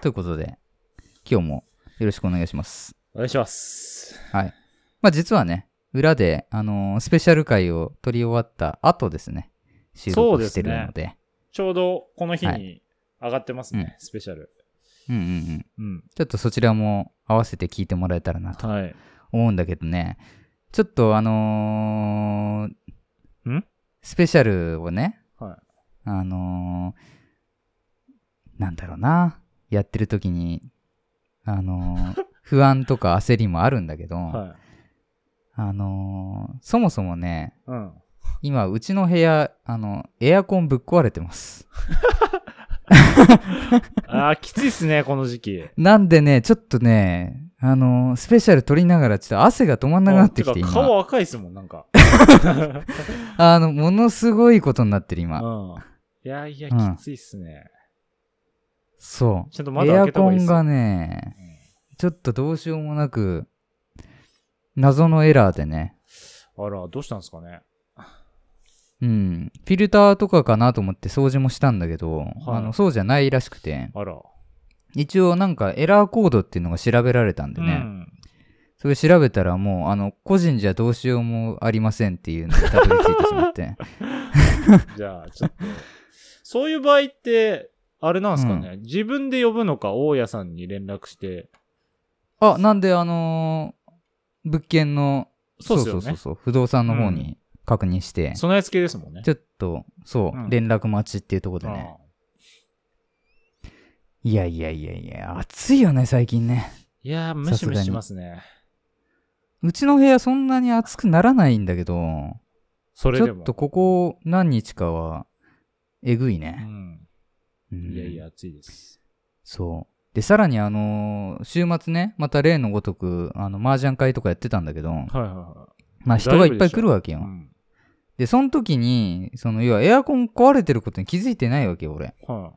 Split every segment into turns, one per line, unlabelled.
ということで、今日もよろしくお願いします。
お願いします。
はい。まあ実はね、裏で、あのースペシャル回を撮り終わった後ですね、収
そう
録
で
し
す
て
ね
るので、
ちょうどこの日
は
に上がってますね、
うん
スペシャル。
うんうんうん。
うん。
ちょっとそちらも合わせて聞いてもらえたらなと
はい。
思うんだけどね、ちょっとあのー
ん
スペシャルをね、
は
あのーなんだろうな、やってる時に、あの ー不安とか焦りもあるんだけど、
い。はい。
あのーそもそもね、
うん。
今、うちの部屋、あの、エアコンぶっ壊れてます。
ああ、きついっすね、この時期。
なんでね、ちょっとね、あのースペシャル撮りながら、ちょっと汗が止まんなくなってきて、
あか
今。
顔赤いっすもん、なんか。
あの、ものすごいことになってる、
う
今。
ん。いやいや、
うん
きついっすね。
そう。
ちゃんと窓
エ
開
ア
けた
コ
方がいいっ
ン
す
が
よ。
ね、ちょっとどうしようもなく、謎のエラーでね、
あら、どうしたんですかね。
うん、フィルターとかかなと思って掃除もしたんだけど、あのそうじゃないらしくて、
あら。
一応なんかエラーコードっていうのが調べられたんでね、
うん
それ調べたらもう、あの、個人じゃどうしようもありませんっていうのにたどり着いてしま って。
じゃあ、ち ょっと。そういう場合って、あれなんですかね、自分で呼ぶのか、大家さんに連絡して。
あ、なんであのー物件の、
そうっすよ
そ
ね
うそうそう、不動産の方に確認して、
備え付けですもんね。
ちょっと、そう、
うん
連絡待ちっていうところでね。
うん
いやいやいやいや、暑いよね、最近ね。
いやー、ムシムシしますね。
うちの部屋そんなに暑くならないんだけど、
それ
ち
で
ょっ
も。
とここ何日かは、えぐいうね。
ん。
うん
いやいや、暑いです。
そう。で、さらにあのー週末ね、また例のごとく、あの、麻雀会とかやってたんだけど、
はいはいは
まあ人がいっぱい来るわけ
い。
よ。
うん。
で、その時に、その、要はエアコン壊れてることに気づいてないわけよ、俺。
は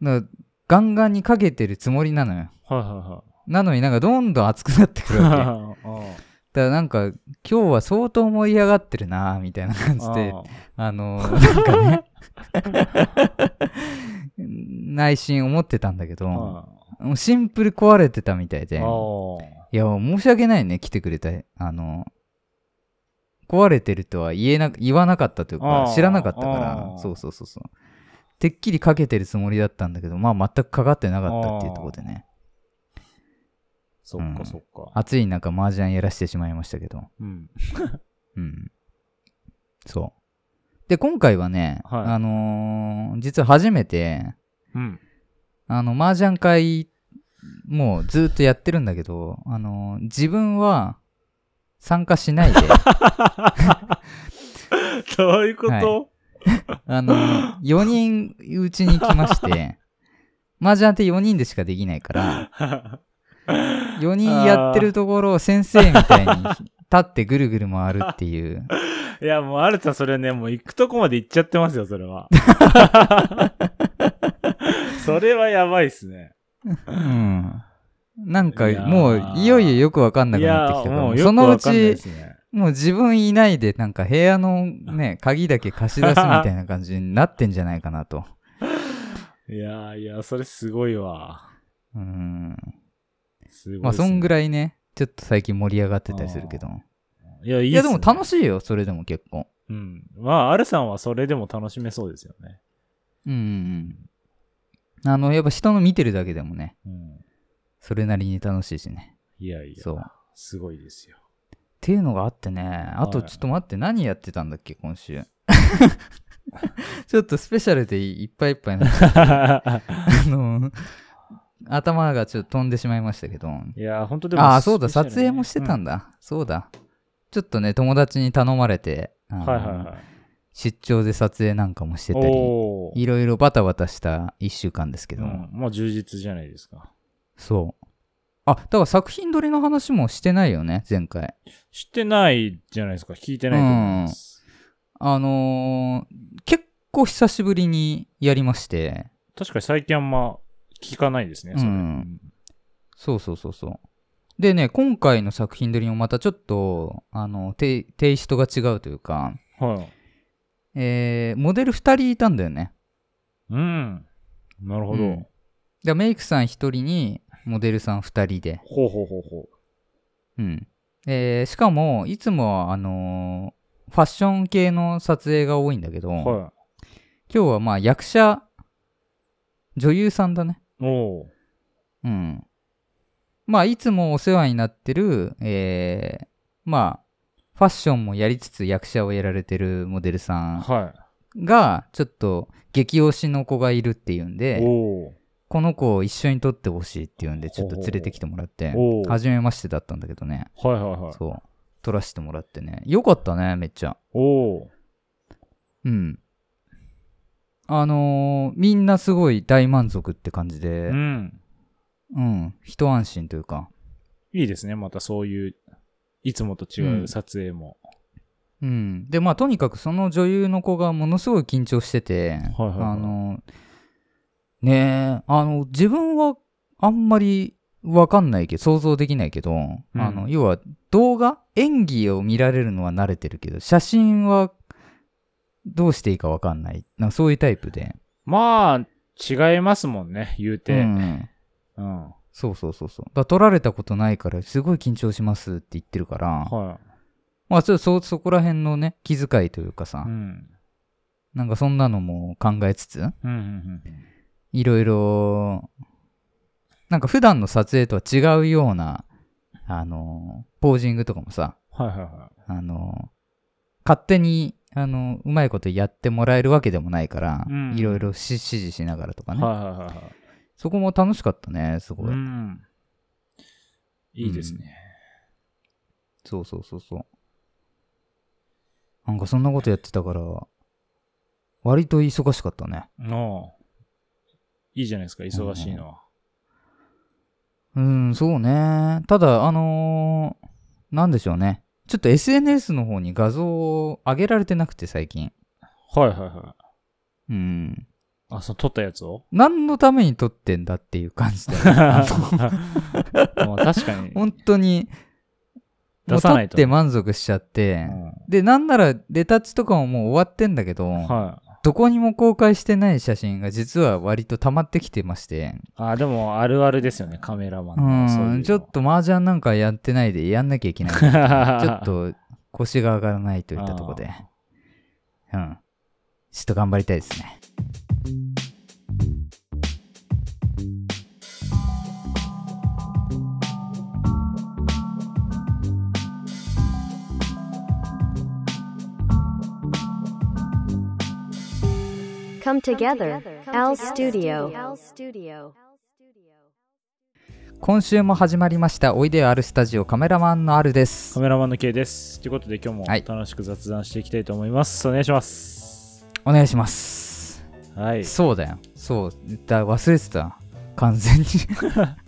だから、ガンガンにかけてるつもりなのよ。
い。はいは
なのになんかどんどん熱くなってくる
い
わけ。だか
はい。うん
らなんか、今日は相当盛り上がってるなぁみたいな感じで、
あ
あのーなんかね、 内心思ってたんだけど、
あ
も
はいう
シンプル壊れてたみたいで、
あ
い
ー
や、もう申し訳ないね、来てくれた、あのー壊れてるとは言えな、言わなかったという
あ
か
ー、
知らなかったか
あー
ら、そうそうそうそう。てっきりかけてるつもりだったんだけど、まあ全くかかってなかったっていうところでね、
そっ
う
か
ん
そっか。
暑い中麻雀やらしてしまいましたけど、
うん。
うん。そう。で、今回はね、
はい
あのー実は初めて、
うん。
あの、麻雀会、もうずっとやってるんだけど、あのー自分は参加しないで、
どういうこと
あのー、4人うちに来ま して、麻雀って4人でしかできないから、4人やってるところを先生みたいに立ってぐるぐる回るっていう、
いや、もう、アルタ、それね、もう行くとこまで行っちゃってますよ、それ は。それはやばいっすね。
うん。なんか
いやー
もういよいよよくわかんないくなっ
や
てきたから、
も
も
う
う
よ
そ
く
のう
わかんないで
ち
すね。
もう自分いないでなんか部屋のね、鍵だけ貸し出すみたいな感じになってんじゃないかなと。
いやいや、それすごいわ。
うん。
すごいっすね。
まあそんぐ
い。
らいね、ちょっと最近盛り上がってたりするけど。
いや、いい
い
っ
や
す
で
ね
も楽しいよ、それでも結構。
うん。まあ、アルさんはそれでも楽しめそうですよね。
うんうんうん。あの、やっぱ人の見てるだけでもね、
うん。
それなりに楽しいしね。
いやいや、
そう。っ
すごい ですよ。
ていうのがあってね、あと
はい
ちょっと待って、何やってたんだっけ、今週。 ちょっとスペシャルでいっぱいいっぱい になっちゃったあの、頭がちょっと飛んでしまいましたけど。
いや、本当でも、
ああ、そうだ、撮影もしてた
だ。
んだ、そうだ。ちょっとね、友達に頼まれて、あ
うん
の
はいはいはい。
出張で撮影なんかもしてたり、
おー
いろいろバタバタした1週間ですけ
う
ど、
ん、もう充実じゃないですか。
そう。あ、だから作品撮りの話もしてないよね、前回。
知ってないじゃないですか。聞いてないと思います。
あのー結構久しぶりにやりまして、
確かに最近あんま聞かないですね、それ。
うんそうそうそうそう。でね、今回の作品撮りもまたちょっと、あの、テイテイストが違うというか、
うんはい。
えーモデル2人いたんだよね。
うん。なるほど。
うんでメイクさん1人にモデルさん2人で、
ほうほうほうほ
うんえーしかもいつもはあのーファッション系の撮影が多いんだけど、
う。は
今日はまあ役者女優さんだね
い。おう。
うんまあいつもお世話になってる、えーまあファッションもやりつつ役者をやられてるモデルさ
は
んがちょっと激推しの子がいるっていうん
い。
で
おう。
この子を一緒に撮ってほしいっていうんでちょっと連れてきてもらって
おう
初めましてだったんだけどね
はいはいはい。
そう撮らせてもらってねよかったねめっちゃ
おう。
うんあのーみんなすごい大満足って感じ
う
で
ん。
うん一安心というか
いいですね。またそういう、いつもと違う撮影も。
うんでまあとにかくその女優の子がものすごい緊張してて
はいはいはい
あのーねえあの自分はあんまりわかんないけど想像できないけど、あの要は動画演技を見られるのは慣れてるけど写真はどうしていいかわかんないなんかそういうタイプで
まあ、違いますもんね、言うて。
う
うん。
ん
は
そうそうそうそう。だから撮られたことないから、すごい緊張しますって言ってるから、まあちょっとそ、そこら辺のね、気遣いというかさ、
い。うん。
なんかそんなのも考えつつ、
うんうんうん
いろいろ、なんか普段の撮影とは違うような、あの、ポージングとかもさ、
うん。はいはいは
あの、勝手に、あの、うまいことやってもらえるわけでもないから、
うん
いろいろし指示しながらとか
い。
ね、
はいはいはいはい。
そこも楽しかったね、すごい。
うん。いいですね。
そうそうそうそう。なんかそんなことやってたから、割と忙しかったね。
のいいじゃないですか、忙しいのは。
うん、そうね。ただ、あのーなんでしょうね。ちょっと SNS の方に画像を上げられてなくて最近。
はいはいはい。
うん。
あ、その撮ったやつを
何のために撮ってんだっていう感じだよね。
まあ
あ
確かに
の。本当に、も
出
う
さ
撮
ない
っ
と
て満足しちゃって。
う
で、なんならレタッチとかももう終わってんだけど、
んは
どこにも公開してない写真が実は割と溜まってきてまして。
い。あ、でもあるあるですよね、カメラマンのそういうの
ん、ちょっと麻雀なんかやってないでやんなきゃいけない。ちょっ と腰が上がらないといったとこで。うん。ちょっと頑張りたいですね。
Come together,
together,
Al
Al
Studio.
Studio.
Al Studio.
今週も始まりました、おいでよあるスタジオカメラマンのあるで
カ
す。
メラマンの K です。ということで今日も
はい
楽しく雑談していきたいと思います。お願いします。
お願いします。
はい。
そうだよ。そう。だ忘れてた。完全に。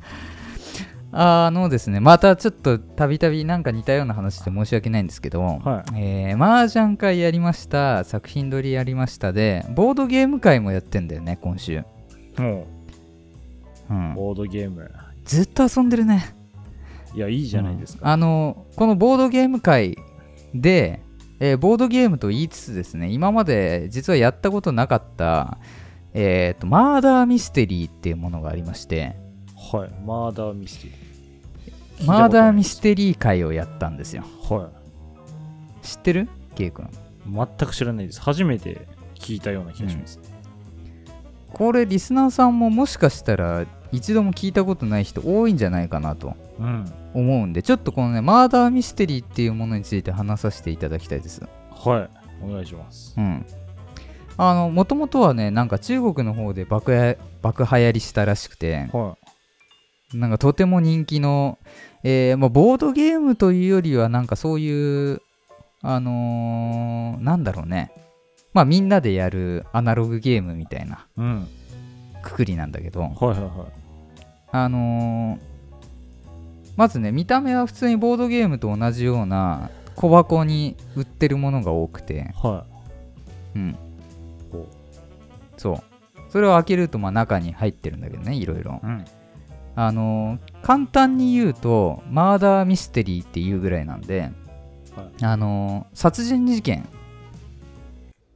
あのですね、またちょっとたびたびなんか似たような話で申し訳ないんですけど、
は
えー、麻雀会やりました作品撮りやりましたでボードゲーム会もやってんだよね今週、
い。も
う
う、
ん、
ボードゲーム。
ずっと遊んでるね
いや、いいじゃないです
うん
か。
あのこのボードゲーム会で、えーボードゲームと言いつつですね今まで実はやったことなかったえーとマーダーミステリーっていうものがありまして
はい。マーダーミステリー。
マーダーミス
テ
テリー会をやったんですよ
リー。はい。
知ってるケイ君
全く知らないです。初めて聞いたような気がします。
これリスナーさんももしかしたら一度も聞いたことない人多いんじゃないかなと
うん。
思うんでちょっとこのねマーダーミステリーっていうものについて話させていただきたいです
はい。お願いします。
うんあのもともとはねなんか中国の方で爆や爆流行りしたらしくて
は。
なんかとても人気の、えーまあ、ボードゲームというよりはなんかそういうあのーなんだろうねまあみんなでやるアナログゲームみたいない
うん。
くくりなんだけど
はいはいは
あのーまずね見た目は普通にボードゲームと同じような小箱に売ってるものが多くて
い。は
うん
ほ
そうそれを開けるとまあ中に入ってるんだけどねいろいろ
い。うん。
あのー簡単に言うとマーダーミステリーっていうぐらいなんで、
は
あのー殺人事件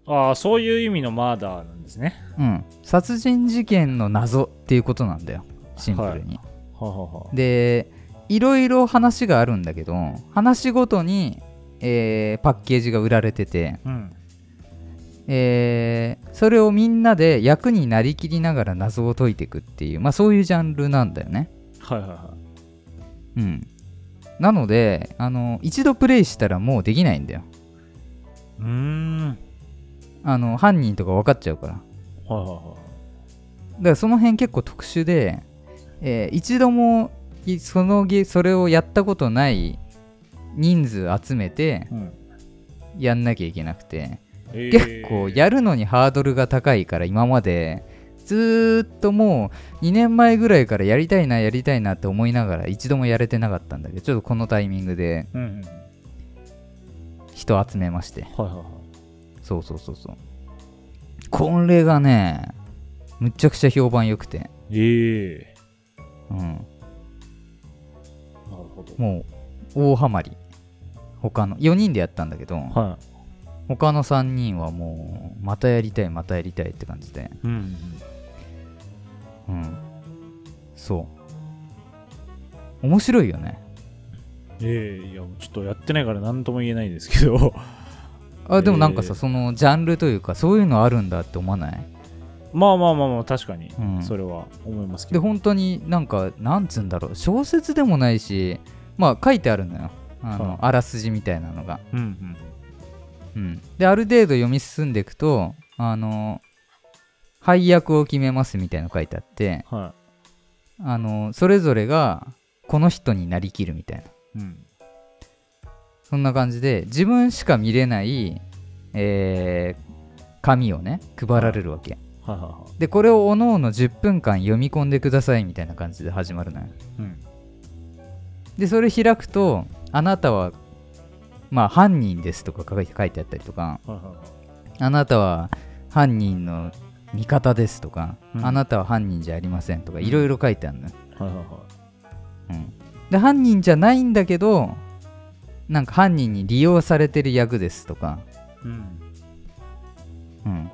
ああ、そういう意味のマーダーなんですね。
うん殺人事件の謎っていうことなんだよシンプルに、
ははは
でいろいろ話があるんだけど話ごとに、えーパッケージが売られてて、
うん。
えーそれをみんなで役になりきりながら謎を解いていくっていう、まあ、そういうジャンルなんだよね。
はいはいは
うん、なのであの一度プレイしたらもうできないんだよ
い。うーん。はい
あの犯人とか分かっちゃうからだか
はいは
らその辺結構特殊で、えー一度もいそのゲそれをやったことない人数集めて
い。うん。
やんなきゃいけなくて
えー
結構やるのにハードルが高いから今までずーっともう2年前ぐらいからやりたいなやりたいなって思いながら一度もやれてなかったんだけどちょっとこのタイミングで
うんうん。はい
人集めまして
はいはい。
そうそうそうそうこれがねむちゃくちゃ評判良くて、
ええ
うん、
なるほど。
もう大ハマり他の4人でやったんだけど
は
他の3人はもうまたやりたいまたやりたいって感じで
い。うん。
うんそう面白いよね
ええいや、ちょっとやってないから何とも言えないですけど。
あでもなんかさ、
えー
そのジャンルというかそういうのあるんだって思わない
まあまあまあまあ、確かに
う、ん
それは思いますけ
で
ど。
本当になんかなんつうんだろう小説でもないしまあ書いてあるのよあの、
はい
あらすじみたいなのが、
うんうん。
うん、である程度読み進んでいくとあの配役を決めますみたいなの書いてあって
は。
あのそれぞれがこの人になりきるみたいない
うん。
そんな感じで自分しか見れない、えー紙をね配られるわけ
はいはいは
でこれをおのおの10分間読み込んでくださいみたいな感じで始まるのよ
い。うん。
でそれ開くとあなたはまあ犯人ですとか書いて書いてあったりとか
はいはいはい。
あなたは犯人の味方ですとか、
うん
あなたは犯人じゃありませんとか
うん
いろいろ書いてあるのよ、
はいはいは
うんで犯人じゃないんだけどなんか犯人に利用されてる役ですとか、
い。うん。
うん、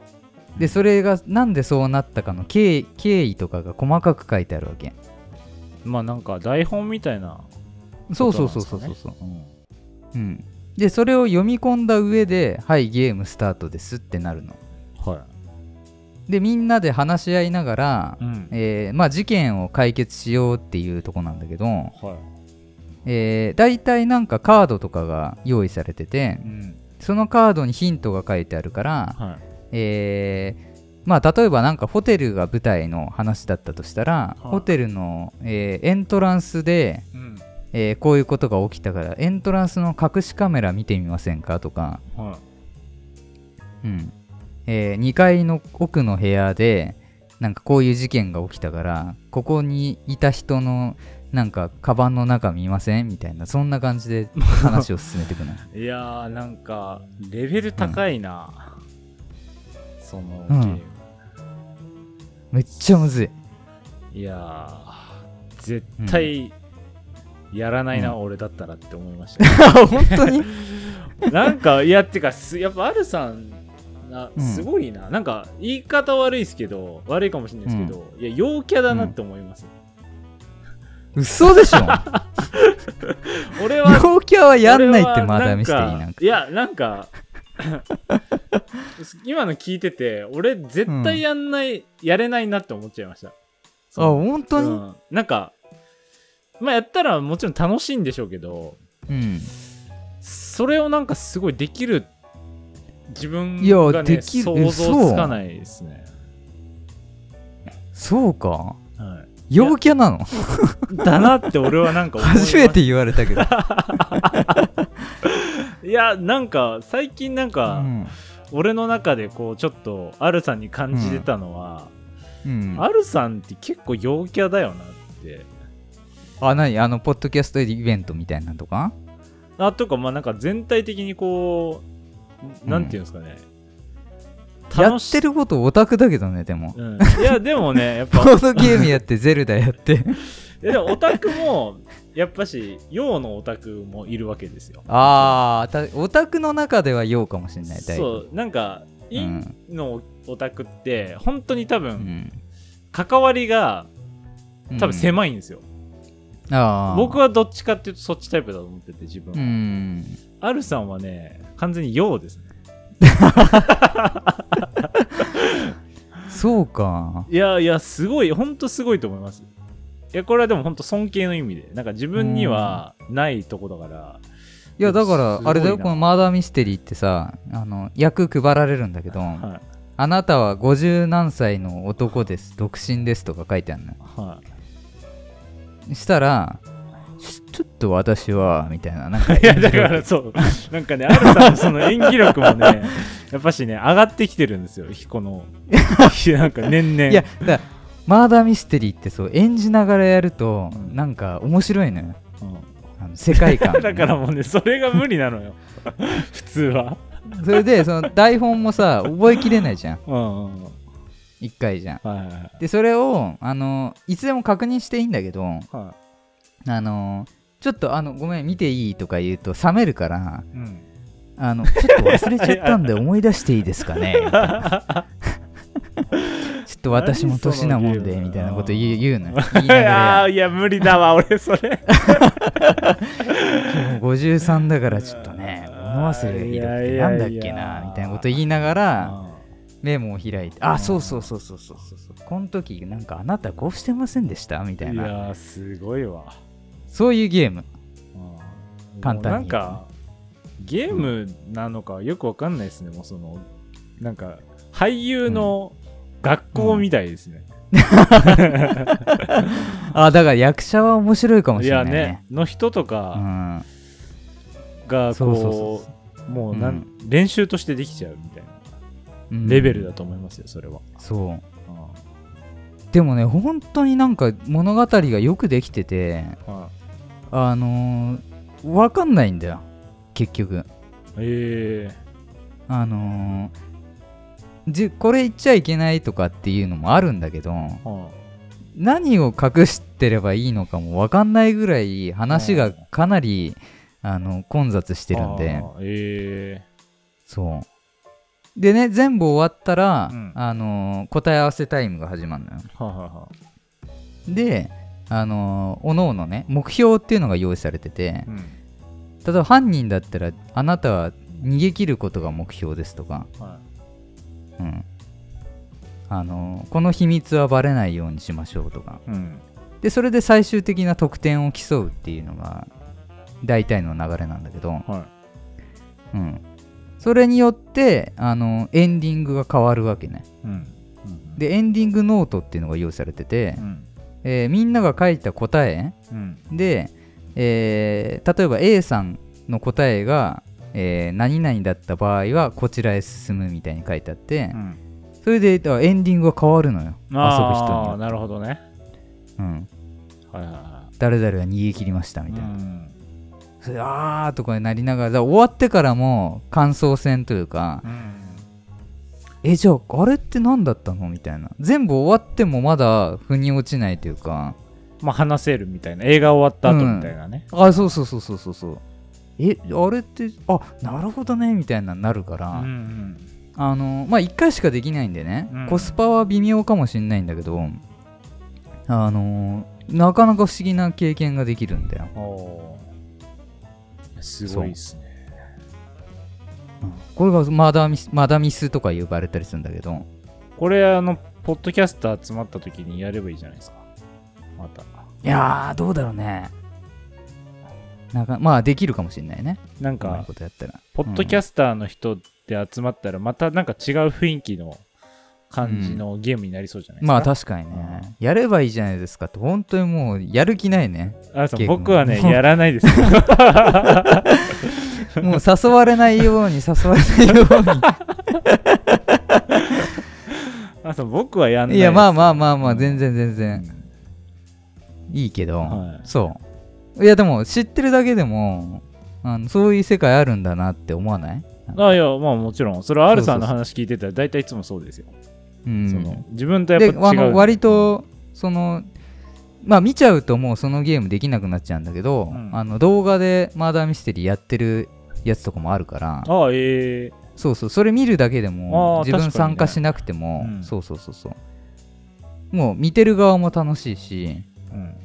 でそれがなんでそうなったかの経緯経緯とかが細かく書いてあるわけ
まあなんか台本みたいな。
そうそうそうそうそうそう
うん。
うん、でそれを読み込んだ上で「はいゲームスタートです」ってなるの
は
でみんなで話し合いながら
い。、うん。
えーまあ、事件を解決しようっていうとこなんだけど、
は
えー、大体なんかカードとかが用意されてて
い。うん。
そのカードにヒントが書いてあるから、
はい。
えーまあ、例えばなんかホテルが舞台の話だったとしたら、
はい
ホテルの、えーエントランスで、
うん。
えーこういうことが起きたからエントランスの隠しカメラ見てみませんかとか、
は
うんえ2階の奥の部屋でなんかこういう事件が起きたからここにいた人のなんかカバンの中見ませんみたいなそんな感じで話を進めていく の
い。いやー、なんか、レベル高いな。そのゲ
うん
ーム。
めっちゃむずい
いやー、絶対、やらないな、俺だったらって思いまし た。
本当に
なんか、いや、てか、すやっぱ、アルさん、な
うん
すごいな、なんか、言い方悪いですけど、悪いかもしれないですけど、いや、陽キャだなって思います。
嘘でしょ
俺は、
陽キャはやんないってまだ見
見
せていいなんか
いや、なんか、 今の聞いてて、俺、絶対やんない、やれないなって思っちゃいました。
あ本当に
う
うん、
んなんか、まあ、やったらもちろん楽しいんでしょうけど、それをなんかすごいできる自分
いや
が、ね、
できる
想像つかないですね。
そうか
は
陽キャなの
い、だなって俺はなんか思います
初めて言われたけど、
いやなんか最近なん
う
か、
ん
俺の中でこうちょっとアルさんに感じてたのは、
うん、
アルさんって結構陽キャだよなって
あ何あのポッドキャストイベントみたいなのとか
あとかまあなんか全体的にこうなんていうんですかね、
やっ
し
てることオタクだけどねでも
うん、いやでもねやっ
ボ
ぱ
ードゲームやってゼルダや って
いやでもオタクもやっぱし陽のオタクもいるわけですよ
ああたオタクの中ではようかもしれないだいぶ
そうなんか陰のオタクって本当に多
う
分
ん
関わりが
うん
多分狭いんですよ、
ああ
僕はどっちかっていうとそっちタイプだと思ってて自分は、
うん
アルさんはね完全に陽ですね
そうか
いやいやすごいほんとすごいと思いますいやこれはでもほんと尊敬の意味でなんか自分にはないとこだから
いやだから
すごいな
あれだよこのマーダーミステリーってさあの役配られるんだけど、
はい
あなたは50何歳の男です独身ですとか書いてあるの
はい
したらちょちょっと私はみたいななんか
いやだからそうなんかねアルさんのその演技力もねやっぱしね上がってきてるんですよこ のいやなんか年々
いやだからマーダーミステリーってそう演じながらやると
うん
なんか面白いのよ
うん
あの世界観
だからもうねそれが無理なのよ 普通は
それでその台本も さ覚えきれないじゃん
うんうんうんは
1回じゃん
いはいはい
でそれをあのいつでも確認していいんだけど
は
あのちょっとあのごめん見ていいとか言うと冷めるから
いうん
あのちょっと忘れちゃったんで思い出していいですかねみたいな ちょっと私も年なもんで
何そのゲーム
みたいなこと言う言うのよ言い
い
ながら
やいや無理だ わ俺それ
もう53だからちょっとね物忘れがひどくてなんだっけなみたいなこと言いながらメモを開いてあそうそうそうそうそうそうそうこの時なんかあなたこうしてませんでしたみたい
いや
な
ーすごいわ
そういうゲーム
うん
簡単に
もうなんかゲームなのかよくわかんないですねもうそのなんか俳優の学校みたいですね、
あだから役者は面白いかも
い
しれな
や
いね
ねの人と
う
か
ん
が
そうそう
こ
そう
もうなん、
う
練習としてできちゃうみたいな
う、うん
レベルだと思いますよそれは、
そう
うん
でもね本当になんか物語がよくできてて
はい
あのー、分かんないんだよ結局
え
あのー、じこれ言っちゃいけないとかっていうのもあるんだけど
えは
何を隠してればいいのかも分かんないぐらい話がかなりあの混雑してるんで
あーえ
そうでね全部終わったら、
うん
あのー答え合わせタイムが始まるのよ
えはあはあはあ
であのー、おのおのね目標っていうのが用意されてて
うん
例えば犯人だったらあなたは逃げ切ることが目標ですとか、
は
うん、あのこの秘密はバレないようにしましょうとか
いうん
でそれで最終的な得点を競うっていうのが大体の流れなんだけど、
は
うん、それによってあのエンディングが変わるわけね
いうんうん
でエンディングノートっていうのが用意されてて
う、ん
えーみんなが書いた答え
うん
で、えー例えば A さんの答えが、えー何々だった場合はこちらへ進むみたいに書いてあって、
うん
それでだからエンディングが変わるのよ遊ぶ人に
ああ
よ
なるほどね
って、うん、
はいはいは
誰々が逃げ切りました
い
みたいな、
うん
それであーとかになりながらだから終わってからも感想戦というか
うん
えじゃああれって何だったのみたいな全部終わってもまだ腑に落ちないというか
まあ話せるみたいな映画終わった後みたいなね、
あそうそうそうそうそうそうえあれってあなるほどねみたいなのになるから、
うん
あのまあ1回しかできないんでね、
うん
コスパは微妙かもしんないんだけどあのなかなか不思議な経験ができるんだよ
うんおーいやすごいですね
これがマダミスマダミスとか呼ばれたりするんだけど
これあのポッドキャスト集まった時にやればいいじゃないですかまた
いやーどうだろうねなんかまあできるかもしんないね
なん
うまい
か
ことやったら
ポッドキャスターの人で集まったらまたなんか違う雰囲気の感じのゲームになりそうじゃないですか、
まあ確かにねやればいいじゃないですかって本当にもうやる気ないね
あそう
結構
僕はねや らないですよ
もう誘われないように誘われないよ
あそう僕はやん
う
な
に
い
いやまあまあ
あ
まあまあ全然全然いいけど、
はい
そういやでも知ってるだけでもあのそういう世界あるんだなって思わない
あいやまあもちろんそれは R さんの話聞いてたら大体いつもそうですよ
うん
その自分とやっ
で
ぱ
あ
違う
の割とそのまあ見ちゃうともうそのゲームできなくなっちゃうんだけど、
うん
あの動画でマーダーミステリーやってるやつとかもあるから
ああええ
そうそうそれ見るだけでも
あー
自分
確かに
参
ね
加しなくても、
うん
そうそうそうそうもう見てる側も楽しいし、
うん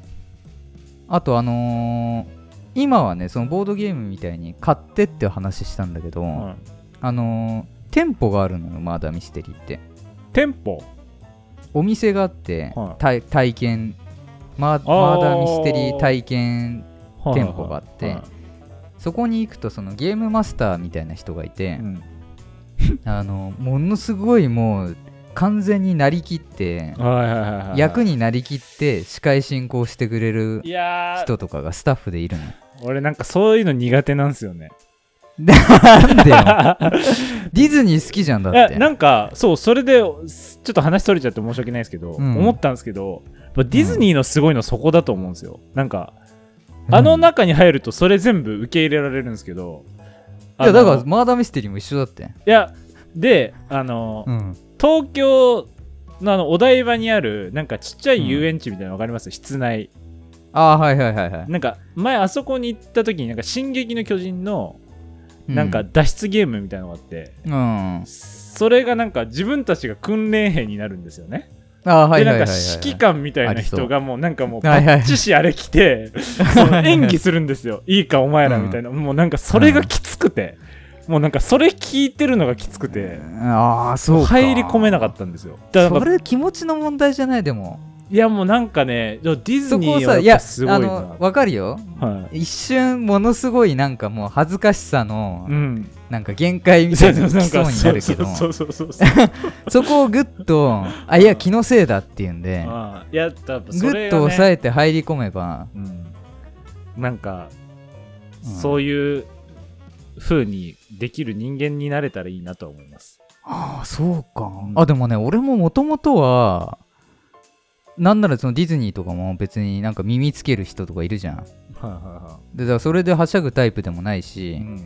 あとあのー今はね、そのボードゲームみたいに買ってって話したんだけど、
うん、
あのー店舗があるのよ、まだミステリーって。
店舗
お店があって、
はい
体体験、マーマーダーミステリー体験店舗があって
はいはい
そこに行くとそのゲームマスターみたいな人がいて、
うん
あのものすごいもう完全になりきって
はいはいはいはい
役になりきって司会進行してくれる
いやー
人とかがスタッフでいるの。
俺なんかそういうの苦手なんですよね
なんでよディズニー好きじゃんだ
いや
って。
なんかそうそれですちょっと話取れちゃって申し訳ないですけど、
うん
思ったんですけどやっぱディズニーのすごいのそこだと思うんですよなんか
うん
あの中に入るとそれ全部受け入れられるんですけど
いや
あの
だからマーダーミステリーも一緒だって。
いやであの、
うん。
東京のあのお台場にあるなんかちっちゃい遊園地みたいなの分かります、室内
ああーはいはいはいはい。
なんか前あそこに行った時になんか「進撃の巨人」の
う
なんか脱出ゲームみたいなのがあって、
うん。あ
それがなんか自分たちが訓練兵になるんですよね。
あーはい
で
は
ない
は
んか
い、はい。
指揮官みたいな
ありそ
人
う
がもうなんかもう
は
バ
いはい
ッチシあれ着 てその演技するんですよ。いいかお前らみたいなもうなんかそれがきつくてもうなんかそれ聞いてるのがきつくて
ああそうか。
入り込めなかったんですよ。だから
そ
なんか
れ気持ちの問題じゃないでも。
いやもうなんかねディズ
そこ
ニ
を
ーは
さい
や
や
っぱすご
あ
いな。
のわかるよ。
はい
一瞬ものすごいなんかもう恥ずかしさの
うん、
なんか限界みたいなのが来そうになるけど
そうそうそ うそうそう
そこをグッとあいや気のせいだっていうんで
ああいや多分
グ
そ
ッ
れ
と
が、ね、
抑えて入り込めば
うん、なんか、
うん
そういう風にできる人間になれたらいいなとは思います。
ああそうか
ん
あでもね俺ももともとはなんならそのディズニーとかも別になんか耳つける人とかいるじゃん
はいは
でだからそれではしゃぐタイプでもない
い
し、
うん、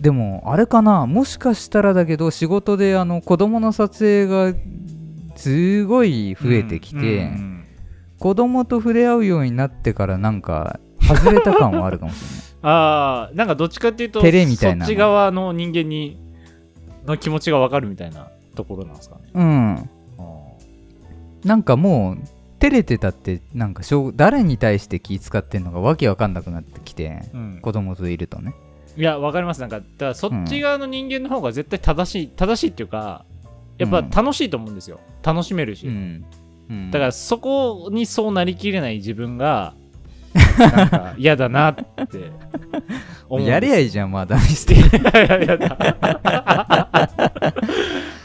でもあれかなもしかしたらだけど仕事であの子供の撮影がすごい増えてきて、
うんうん
子供と触れ合うようになってからなんか外れた感はあるかもし
ああなんかどっちかっていうと
照れみたいな
そっち側の人間にの気持ちがわかるみたいなところなんですかね。
れないうんなんかもう照れてたってなんかしょう誰に対して気使ってんのかわけわかんなくなってきて
うん、
子供といるとね
いやわかりますなんかだからそっち側の人間の方が絶対正しい、正しいっていうかやっぱ楽しいと思うんですよ楽しめるし、
うん、うん
だからそこにそうなりきれない自 分がなんか嫌だなって思うんです
やれやいいじゃんまだ見せ て
い ややだ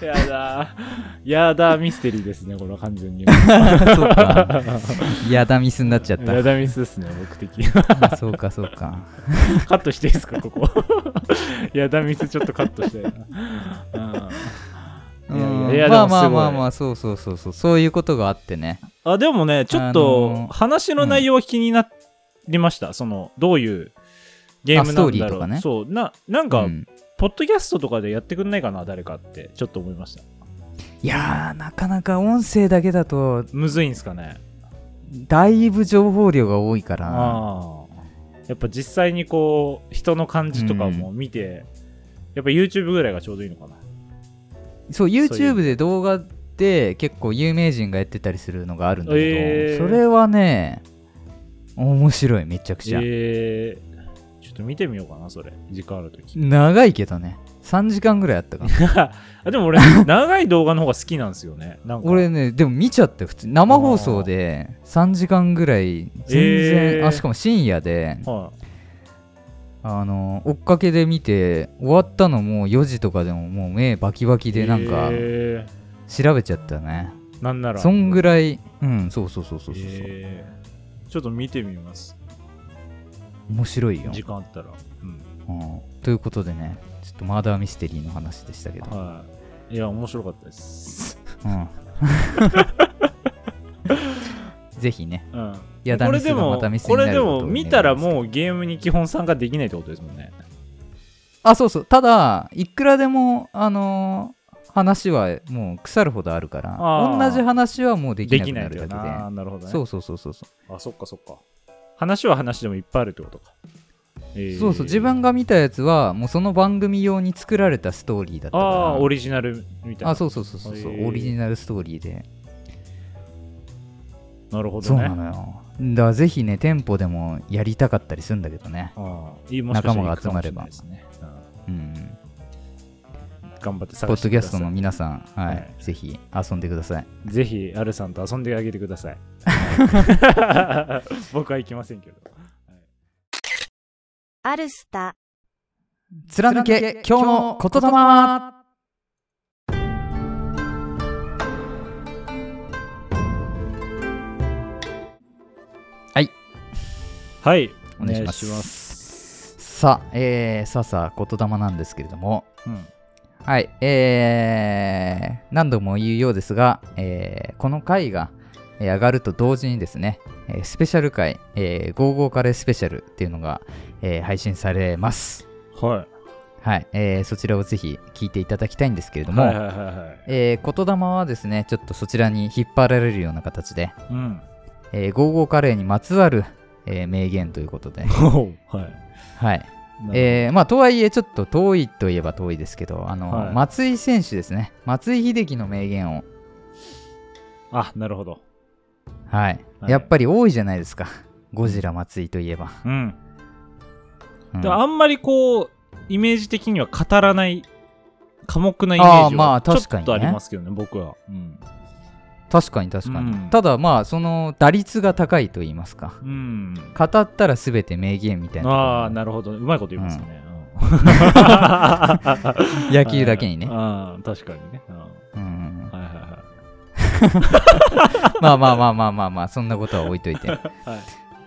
やだやだミステリーですねこれは完全に
そう かやだミスになっちゃっ
やだミスですね僕的に は
たそうかそうか
カットしていいですかここ やだミスちょっとカットしたいな、うんいやいやいや
まあ
でも
ますあ
ごい
まあまあそうそうそうそうそういうことがあってね
あでもねちょっ
あの
と
ー
話の内容は気になりました、そのどういうゲーム
あス
な
トー
ん
リ
だ
ー
ろ
と
う、
かね
そうななんか、
うん
ポッドキャストとかでやってくんないかな誰かってちょっと思いました
いやーなかなか音声だけだと
むずいんすかね
だいぶ情報量が多いから
ああやっぱ実際にこう人の感じとかも見て、やっぱ YouTube ぐらいがちょうどいいのかな
そう
そうい
YouTube で動画で結構有名人がやってたりするのがあるんだけど、
えー
それはね面白いめちゃくちゃ、
えー、ちょっと見てみようかなそれ時間ある時
長いけどね3時間ぐらいあったかな
あでも俺 長い動画の方が好きなんですよねなんか
俺ねでも見ちゃって普通生放送で3時間ぐらい全然、
えー
あしかも深夜で
は
あの追っかけで見て終わったのもう4時とかでももう目バキバキ
い
でなんか
え
調べちゃったね、
ーなんなら
そんぐらいうんそうそうそうそうそう、
えーちょっと見てみます
面白いよ、
時間あったら、うん
うんということでねちょっとマーダーミステリーの話でしたけど、
はい、いや面白かったです、
うん、 ぜひね
うん、
やだ
こ
ミ
れ
ス
で
がま
も
たミス
こ
にな
れで
ること
も
を
見たらも
う
うゲームに基本参加できないってことですもんね
あそうそうただいくらでもあのー話はもう腐るほどあるから
あー
同じ話はもうでき
で
な
き
く
ない
な
って
る
こ
だ
と
け
だ
で
なあーなるほどね
そうそうそうそうそう
あそっかそっか話は話でもいっぱいあるってことか、えー
そうそう自分が見たやつはもうその番組用に作られたストーリーだったか
あ
ら
あーオリジナルみたいな
あそうそうそうそうそう
へー
オリジナルストーリーで
なるほ
そ
ど
う
ね
なのよ。だからぜひね、店舗でもやりたかったりするんだけどね。
うんいいもしかしたらいいかもしれないですねうん
うん。
頑張って
ポ
探し
ッド
てく
キャス
ださ
ト
い
の皆さん、は
はい
い、ぜひ遊んでください。
ぜひアルさんと遊んであげてください 僕は行きませんけど
アルスタ
貫け、今日の言霊は
はい
お願いします。
お願いしま
さあ、えー、さあさあ、言霊なんですけれども、
うん
はい、えー、何度も言うようですが、えーこの回がえー上がると同時にですね、えースペシャル回、えー、55カレースペシャルっていうのが、えー配信されます。
は
はい、えーそちらをぜひ聞いていただきたいんですけれど
い
も、
はいはいはいはい
えー言霊はですね、ちょっとそちらに引っ張られるような形で、
うん
えー、55カレーにまつわる、えー名言ということ で、
はい
はい、えーまあ、とはいえ、ちょっと遠いといえば遠いですけど、あの
はい
松井選手ですね、松井秀喜の名言を、
あなるほど
はい
はい
やっぱり多いじゃないですか、ゴジラ松井といえば。
うん
うん
でもあんまりこうイメージ的には語らない寡黙なイメ
あ
ー
ー
ジ
まあ
はちょ
確かに
っ
ね
とありますけどね僕は、うん
確かに確かに。
うん
ただ、まあ、その打率が高いと言いますか。
うん、
語ったら全て名言みたいなところ
ああなるほどうまいこと言いますね、 うん
野球だけにね
ああ確かにね、うんは
うんうん
いはいは
まあまあまあまあまあまあそんなことは置いといて
い、はい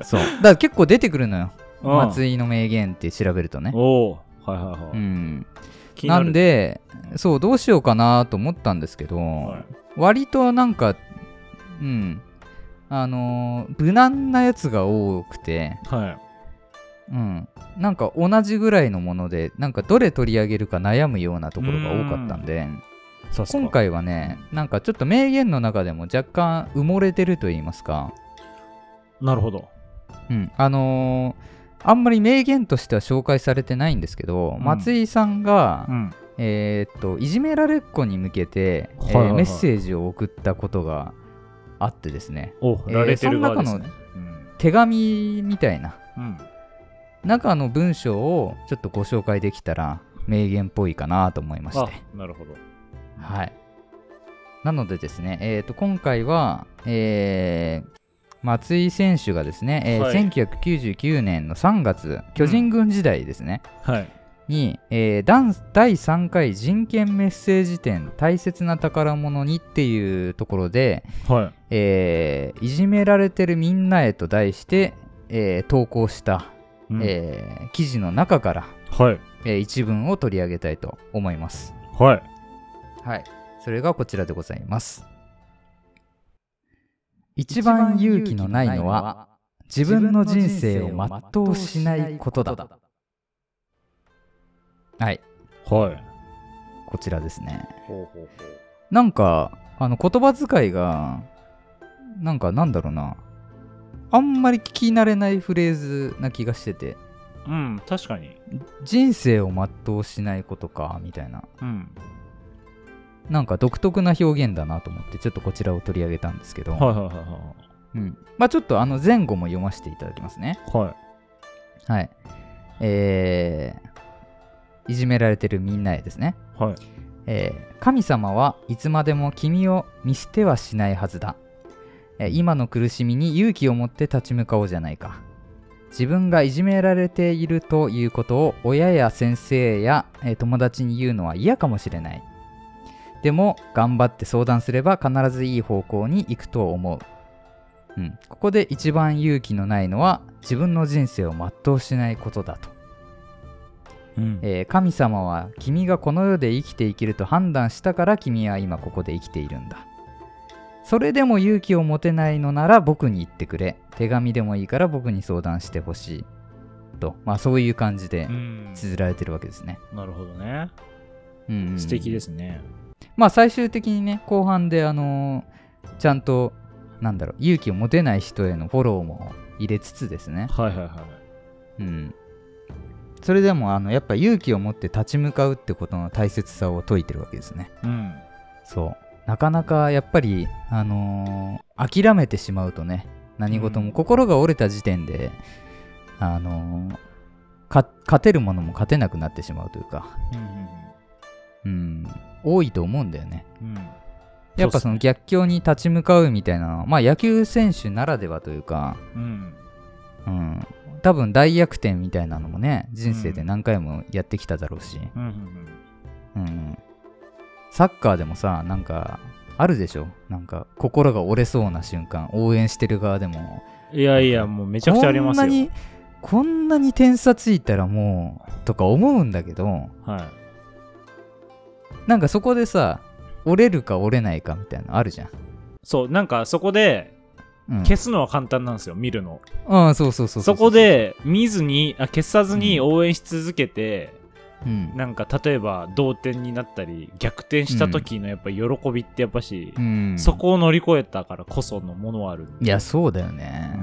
そうだから結構出てくるのよ
うん
松井の名言って調べるとね
おおはいはいは
う
い、
ん
気に
な
る
ん、でそうどうしようかなと思ったんですけど、
はい
割となんかうんあのー無難なやつが多くて
はい、
うんなんか同じぐらいのものでなんかどれ取り上げるか悩むようなところが多かったんで
さすが
今回はねなんかちょっと名言の中でも若干埋もれてると言いますか
なるほど
うんあのーあんまり名言としては紹介されてないんですけど、
うん
松井さんが、
ん
えーっといじめられっ子に向けて、えー
はいはいはい
メッセージを送ったことがあってですね
お
えー
られてる側です
その
ね、うん
手紙みたいな
うん、
中の文章をちょっとご紹介できたら名言っぽいかなと思いまし
あ
て
なるほど
はいなのでですね、えー、と今回は、えー松井選手がですね、えー
はい
1999年の3月巨人軍時代ですね、
はい
に、えーダンス第3回人権メッセージ展大切な宝物にっていうところで、
はい
えーいじめられてるみんなへと題して、えー投稿した、
うん
えー記事の中から、
はい
えー一文を取り上げたいと思います。
はい
はい。それがこちらでございます。一番勇気のないのは、自分の人生を全うしないことだ。はい。
はい
こちらですね。
ほうほうほ
なんか、あの、言葉遣いが、なんか、なんだろうな。あんまり聞き慣れないフレーズな気がしてて、
ううん確かに
人生を全うしないことか、みたいな。
うん
なんか独特な表現だなと思って、ちょっとこちらを取り上げたんですけど、
はいはいはいは
う
い
ん。まあちょっとあの前後も読ませていただきますね。
はい。
はい。えー、いじめられてるみんなへですね。
はい。
えー神様はいつまでも君を見捨てはしないはずだ、えー今の苦しみに勇気を持って立ち向かおうじゃないか自分がいじめられているということを親や先生や、えー友達に言うのは嫌かもしれないでも頑張って相談すれば必ずいい方向に行くと思う、うん、ここで一番勇気のないのは自分の人生を全うしないことだと
うん
えー神様は君がこの世で生きていけると判断したから君は今ここで生きているんだそれでも勇気を持てないのなら僕に言ってくれ手紙でもいいから僕に相談してほしいとまあそういう感じで
うん
綴られてるわけですね、
なるほどね。
うんうん
素敵ですね。
まあ最終的にね後半であのーちゃんとなんだろう勇気を持てない人へのフォローも入れつつですね
はいはいはい。
うんそれでもあのやっぱ勇気を持って立ち向かうってことの大切さを説いてるわけですね
うん。
そう。なかなかやっぱり、あのー諦めてしまうとね何事も、心が折れた時点で、あのーか勝てるものも勝てなくなってしまうというか、うん、多いと思うんだよね。
うん
やっぱその
そうっすね
逆境に立ち向かうみたいなのは、まあ野球選手ならではというか、
うん
うん、多分大逆転みたいなのもね人生で何回もやってきただろうし、
うんうん
うん、サッカーでもさなんかあるでしょなんか心が折れそうな瞬間応援してる側でも
うんいやいやもうめちゃくちゃありますよ
こんなにこんなに点差ついたらもうとか思うんだけど
はい
なんかそこでさ折れるか折れないかみたいなのあるじゃん、
そうなんかそこで
うん、
消すのは簡単なんですよ見るの
ああそうそうそう
そこ、で見ずにあ消さずに応援し続けて、
うん
なんか例えば同点になったり逆転した時のやっぱ喜びってやっぱし、
うん、
そこを乗り越えたからこそのものはあるんで
いやそうだよね、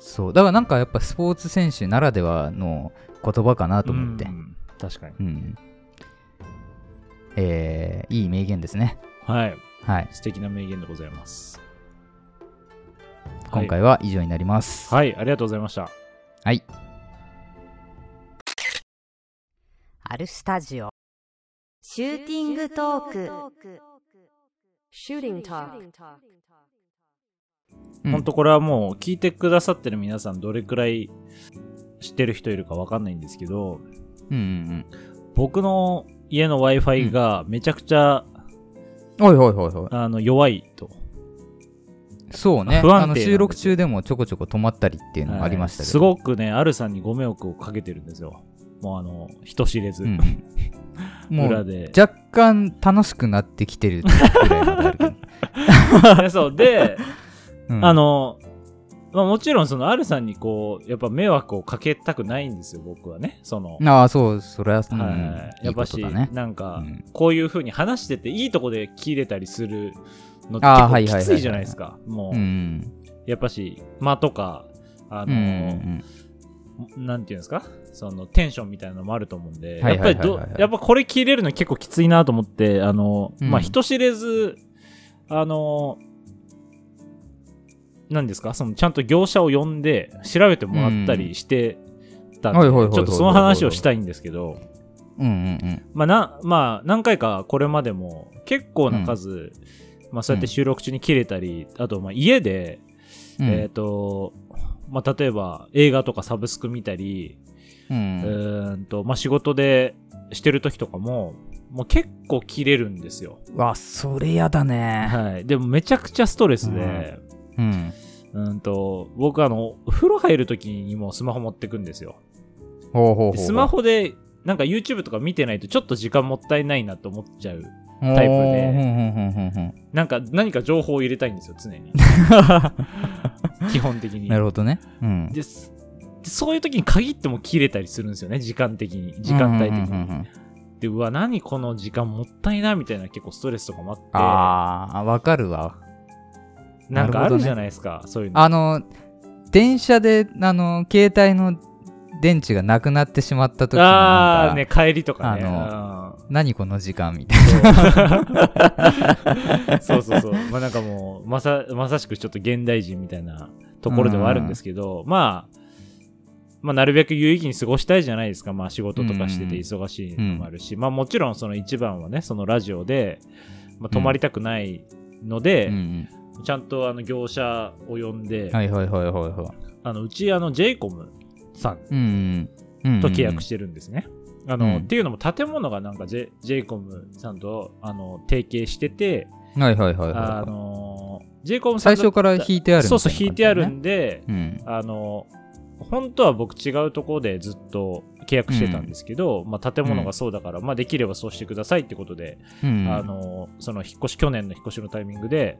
そうだからなんかやっぱスポーツ選手ならではの言葉かなと思って、
う
うん
ん確かに
えーいい名言ですね
はい
はい
素敵な名言でございます
今回は以上になります
はい、はいありがとうございました
はい、
アルスタジオ
シューティングトーク。Shooting Talk.
うん
本当これはもう聞いてくださってる皆さんどれくらい知ってる人いるかわかんないんですけど
うんうん
僕の家の w i f i がめちゃくちゃ、
うんはいはいはいは
あの弱いと
いそうね
不安定
あ
なん
の
ですよ
収録中でもちょこちょこ止まったりっていうの
はい
もありましたけ
す
ど、
ごくねあるさんにご迷惑をかけてるんですよもうあの人知れず、
うんう んも
裏
う
で
若干楽しくなってきてるぐらいまであるけ ど、
そうで、
うん
あの、まあ、もちろんそのあるさんにこうやっぱ迷惑をかけたくないんですよ僕はねその、
ああそうそれは、うん
は
い
いや
い
っ
こ
ぱ
と
し
だね
なんか、
うん
こういう風に話してていいとこで切れたりするのって
あー
結
は
構
いはいはいはい
きついじゃないですかもう、
うん
やっぱし間とかあ
うんう
の、
ん
なんていうんですかそのテンションみたいなのもあると思うんで、
は
や
い
っ
は
ぱ
い
り
はいはい
ど、やっぱこれ切れるの結構きついなと思って、あの、
うん
まあ人知れず、あの、なんですかそのちゃんと業者を呼んで調べてもらったりしてたんで、
はいはいはいはい
ちょっとその話をしたいんですけど、
うんうんうん
まあな、まあ何回かこれまでも結構な数、まあそうやって収録中に切れたり、あとまあ家で、
うん
えっ、と、まあ例えば映画とかサブスク見たり、
うん
うーんと、まあ、仕事でしてる時とかも、もう結構切れるんで すよ。
うわそれやだね
はい。でもめちゃくちゃストレスで、
うん
うーんと、僕あの、お風呂入る時にもスマホ持ってくんですよ。
ほうほうほう
でスマホで、なんか YouTube とか見てないとちょっと時間もったいないなと思っちゃう。
タ
タイプで
ふんふんふんふんふん
なんか何か情報を入れたいんですよ、常 に。基本的に。
なるほどね。うん。
ですでそういう時に限っても切れたりするんですよね、時間的に。時間帯的
うんうん
に
うんう。ん
で、うわ、何この時間もったいな、みたいな結構ストレスとかもあって。
ああ、わかるわ。
なんかあるじゃ
な
ないですか、そういうの。
あの、電車で、あの、携帯の電池がなくなってしまった時のなん
あ
か
ーね、帰りとかね。
何この時間みたい
うん そうそうそうそう。まあなんかもうまさ、まさしくちょっと現代人みたいなところではあるんですけど、まあ、まあ、なるべく有意義に過ごしたいじゃないですか、まあ、仕事とかしてて忙しいのもあるし、まあ、もちろんその一番はね、そのラジオで、まあ、泊まりたくないので、
な。うん
ちゃんとあの業者を呼んで、
うんはいはいはいはいは
あのうちあの JCOM さん
い。うんうんうん。
と契約
し
してるんですね。あの
うん
っていうのも建物がなんか J- JCOM さんとあの提携してて、
てはいはいはい
あ
は
の JCOM
い。
さ
最
んだ
初から引いてあるみたいな感じだね。
そうそう引いてあるんで、
うん。
あの本当は僕違うところでずっと契約してたんですけど、まあ、建物がそうだから、まあ、できればそうしてくださいってことで、
うん。
あのその引っ越し去年の引っ越しのタイミングで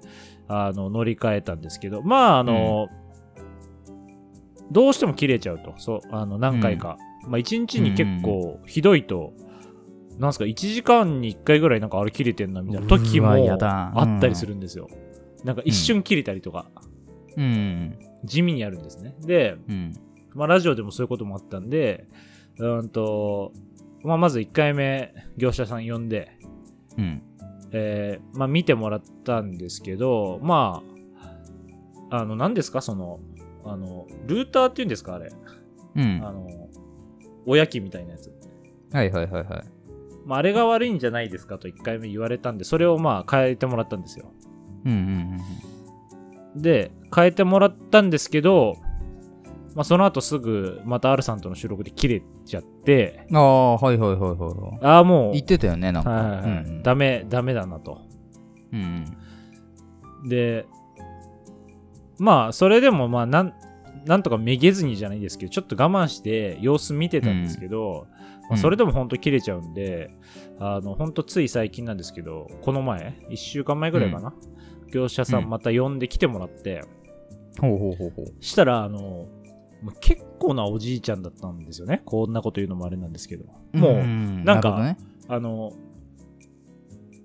あの乗り換えたんですけどまああの、どうしても切れちゃうとそうあの何回か、まあ1日に結構ひどいと、なんすか1時間に1回ぐらいなんかあれ切れてんなみたいな時も
うわやだ
あったりするんですよ、なんか一瞬切れたりとか、
うん。
地味にあるんですねで、
うん。
まあ、ラジオでもそういうこともあったんでうーんと、まあ、まず1回目業者さん呼んで
うん。
えーまあ、見てもらったんですけど、まあ、あの、何ですか、その、あの、ルーターっていうんですか、あれ。
うん。
あの、おやきみたいなやつ。
はいはいはいはい。
まあ、あれが悪いんじゃないですかと1回目言われたんで、それをまあ変えてもらったんですよ。
うんうん
で、変えてもらったんですけど、まあ、その後すぐまた R さんとの収録で切れちゃって、
うん。ああ、はいはいはいはいはい。
ああ、もう、
言ってたよね、なんか。
はいはいはい
うんうん
ダメ、ダメだなと。
うんうん。
で、まあ、それでもまあなん、なんとかめげずにじゃないですけど、ちょっと我慢して様子見てたんですけど、まあ、それでも本当切れちゃうんで、あの、本当つい最近なんですけど、この前、1週間前ぐらいかな、業者さ
うん
んまた呼んで来てもらって、
ほうほうほうほう。
したら、あの、もう結構なおじいちゃんだったんですよね。こんなこと言うのもあれなんですけど。もう、
ん
なんか
るほどね
あの、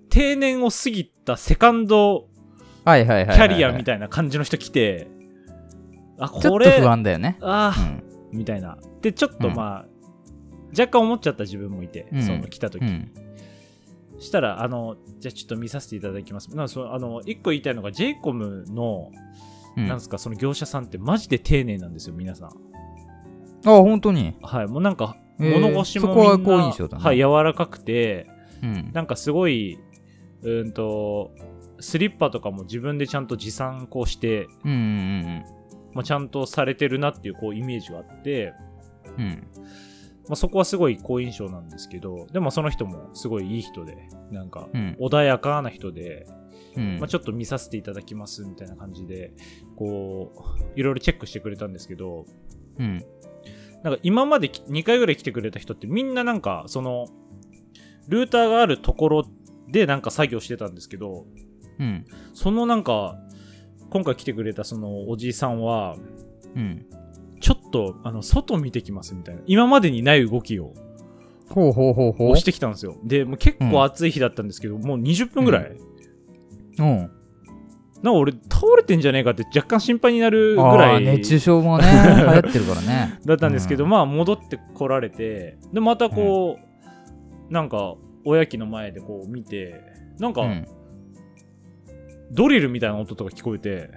定年を過ぎたセカンド
はいはいはい
キ
はいは
ャ
い。
リアみたいな感じの人来て、あ、
ちょ
こ
っと
れ、
不
あ
安だよね。
あ
う
ー、
ん
みたいな。で、ちょっと
うん
まあ、若干思っちゃった自分もいて、
うん
その来た時、
うん。
したら、あの、じゃあちょっと見させていただきます。なんかそのあの、一個言いたいのが、j イコムの、
うん
なん
あ
ですか、その業者さんってマジで丁寧なんですよ、皆さん。
本当に。
はい、もうなんか、
えー
物腰も
そこは
みんな
好印象だね
はい、柔らかくて、
うん。
なんかすごい、うーんと、スリッパとかも自分でちゃんと持参こうして、
うんうん
まあ、ちゃんとされてるなっていうこうイメージがあって、
うんうん。うん。
まあ、そこはすごい好印象なんですけど、でもその人もすごいいい人で、なんか
うん
穏やかな人で、
うん。
まあ、ちょっと見させていただきますみたいな感じで、こう、いろいろチェックしてくれたんですけど、
うん。
なんか今までき2回ぐらい来てくれた人ってみんななんかそのルーターがあるところでなんか作業してたんですけど
うん。
そのなんか今回来てくれたそのおじいさんは
うん。
ちょっとあの外見てきますみたいな今までにない動きを
ほうほうほうほう
押し。てきたんですよでもう結構暑い日だったんですけど、もう20分ぐらい、
うん。
なんか俺倒れてんじゃねえかって若干心配になるぐ
あ
ら
ー
い
熱中症 もね、流行ってるからね。
だったんですけど、
うん
まあ戻ってこられてでまたこう、なんかおやきの前でこう見てなんか
うん。
ドリルみたいな音とか聞こえて、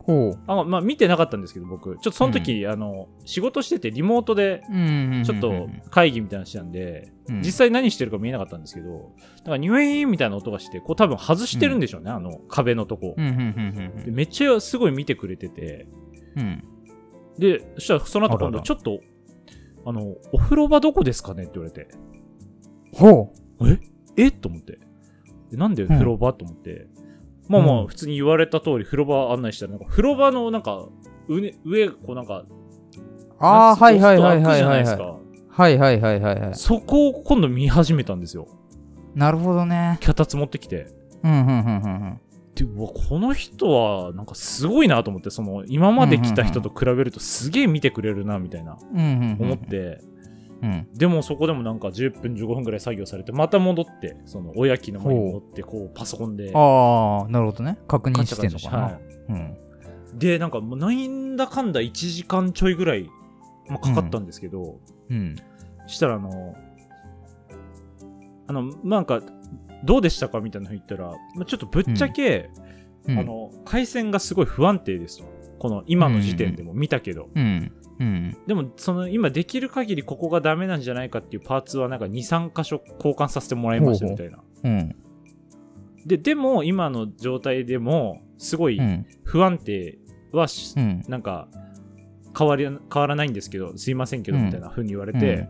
ほう。
あまあ見てなかったんですけど僕ちょっとその時、あの仕事しててリモートで
うん。
ちょっと会議みたいなのしてたんで、
うん、
実際何してるか見えなかったんですけどなんかニュエインみたいな音がしてこう多分外してるんでしょうね、あの壁のとこ、
うん。うん。うん
でめっちゃすごい見てくれてて
うん。うん。
でそしたらその後今
あら
度
ら
ちょっとあのお風呂場どこですかねって言われて
ほう。
えと思って。でなんで風呂場、と思って。まあま
うん
あ、普通に言われた通り、風呂場案内したら、なんか風呂場のなんか、うね、上、こうなんか、
ああ、
な
は
ん
い
つう
はいはい
押すと開く
はい
じゃ
は
ない
いはい。はいはいはい
ですか。
はいはい。
そこを今度見始めたんですよ。
なるほどね。
脚立持ってきて。
うんうんうんうんうん。
で、うわ、この人は、なんかすごいなと思って、その、今まで来た人と比べるとすげえ見てくれるな、みたいな、
うんうんうんうん。
思って。
うん。
でもそこでもなんか10分15分ぐらい作業されて、また戻って、その、おやきの前に戻って、こう、パソコンで。
ああ、なるほどね。確認
カチャ
して
カ
ん
チ
の
ャし
か
て、
な。
はい。
うん。
でなんかもうなんだかんだ1時間ちょいぐらい、まあ、かかったんですけど、
うん。
したらあのあのなんかどうでしたかみたいなの言ったら、まあ、ちょっとぶっちゃけ、
うん
あの回線がすごい不安定ですとこの今の時点でも見たけど、
うん。うん。
でもその今できる限りここがダメなんじゃないかっていうパーツはなんか23箇所交換させてもらいましたみたいな
うん。
ででも今の状態でもすごい
うん。
不安定はし
うん。
なんか変わり変わらないんですけどすいませんけど
うん
みたいな風に言われて、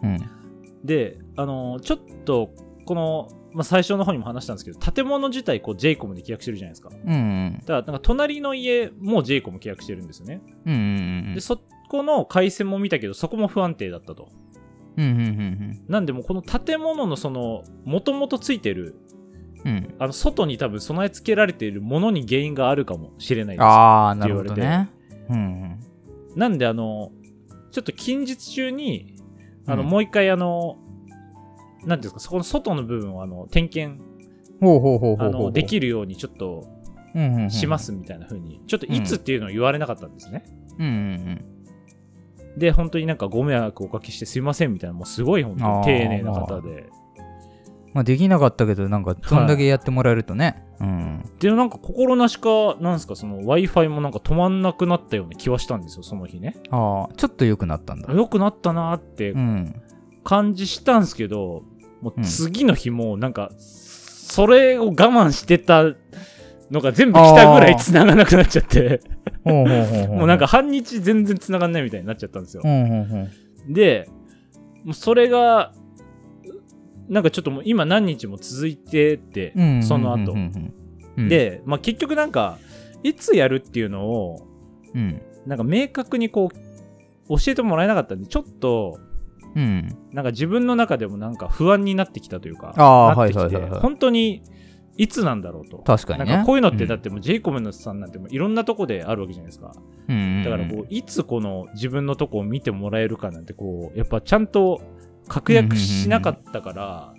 うん。
であのーちょっとこの、まあ、最初の方にも話したんですけど建物自体こう j イコムで契約してるじゃないですかだか
うん。
らなんか隣の家も j イコム契約してるんですよね
うん。うん。
でそこの回線も見たけどそこも不安定だったと
うん。うん。うん。
なんでもうこの建物のそのもともとついてる
うん。
あの外に多分備え付けられているものに原因があるかもしれないです
ああ、なるほどね。うん。
なんであの、ちょっと近日中に、あの、
うん
もう一回あの、なんていうんですか、そこの外の部分をあの、点検、
ほうほうほうほ
あ
うほ
の、
う。
できるようにちょっと
る
しま。すみたいな風に、ちょっといつっていうのを言われなかったんですね。
うん。うん。
で、本当になんかご迷惑おかけしてすいませんみたいな、もうすごい本当に丁寧な方で、
まあ、できなかったけど、なんか、どんだけやってもらえるとね。うん。
でなんか心なしかなんすかその w i f i もなんか止まんなくなったような気はしたんですよその日ね
ああ、ちょっと良くなったんだ。
良くなったなーって
うん。
感じしたんですけど、も
う
うん次の日もなんかそれを我慢してたのが全部来たぐらい繋がなくなっちゃって
ほうほうほうほう。
もうなんか、半日全然繋がんないみたいになっちゃったんですよ
うんうんうん。
でもうそれがなんかちょっともう今何日も続いてて、
うんうんうんうん
その後、
うん、
で、まあ、結局なんかいつやるっていうのを
うん。
なんか明確にこう教えてもらえなかったんでちょっと
うん。
なんか自分の中でもなんか不安になってきたというか
あー
なってきて
はいはいはいはい
本当にいつなんだろうと
確かにね。、
なんかこういうのってだっててもう j コムのさんなんてもういろんなとこであるわけじゃないですか
うんうんうん
だからこういつこの自分のとこを見てもらえるかなんてこうやっぱちゃんと確約しなかったから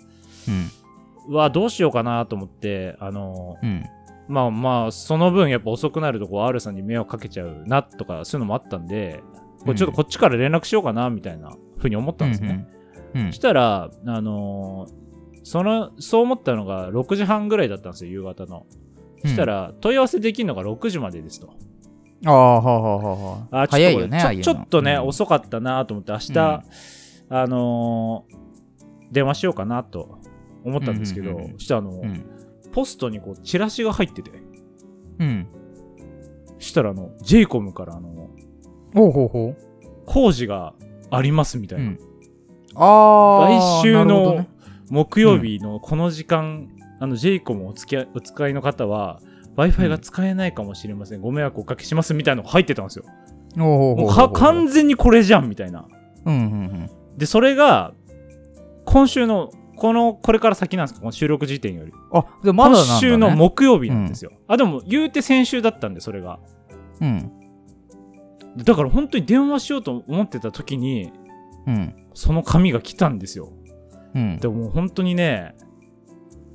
うん。
うわどうしようかなと思ってあの
うん。
まあまあその分やっぱ遅くなるとこう R さんに迷惑かけちゃうなとかそういうのもあったんでこ
う
うんちょっとこっちから連絡しようかなみたいなふうに思ったんですね、
うんうん。うん
そしたらあのーそのそう思ったのが6時半ぐらいだったんですよ夕方のそした、ら問い合わせできるのが6時までですと
うんああ、はあはあはあはあ。
あちょっと
早いよね、
ち
ああ
ょ
いうの
ちょっとね、
うん
遅かったなと思って明日、あのー電話しようかなと思ったんですけど、
うんうんうんうん
そしたらあの、
うん。
ポストにこうチラシが入ってて
うん。
そしたらあの j コムからあの
ほうほうほう。
工事がありますみたいな、
うんああ、
来週
なるほど
の
ね
木曜日のこの時間、あの j コムお付き合いお使いの方は w i f i が使えないかもしれません、ご迷惑おかけしますみたいなのが入ってたんですよ
ほうほうほ
も
う
う
ほう
か完全にこれじゃんみたいな
うんうんうん。
でそれが今週のこのこれから先なんですかこの収録時点より、
あ、でまだなんだ、ね、
今週の木曜日なんですよ、あでも言うて先週だったんでそれが
うん。
だから本当に電話しようと思ってた時に
うん。
その紙が来たんですよ
うん。
でももう本当にね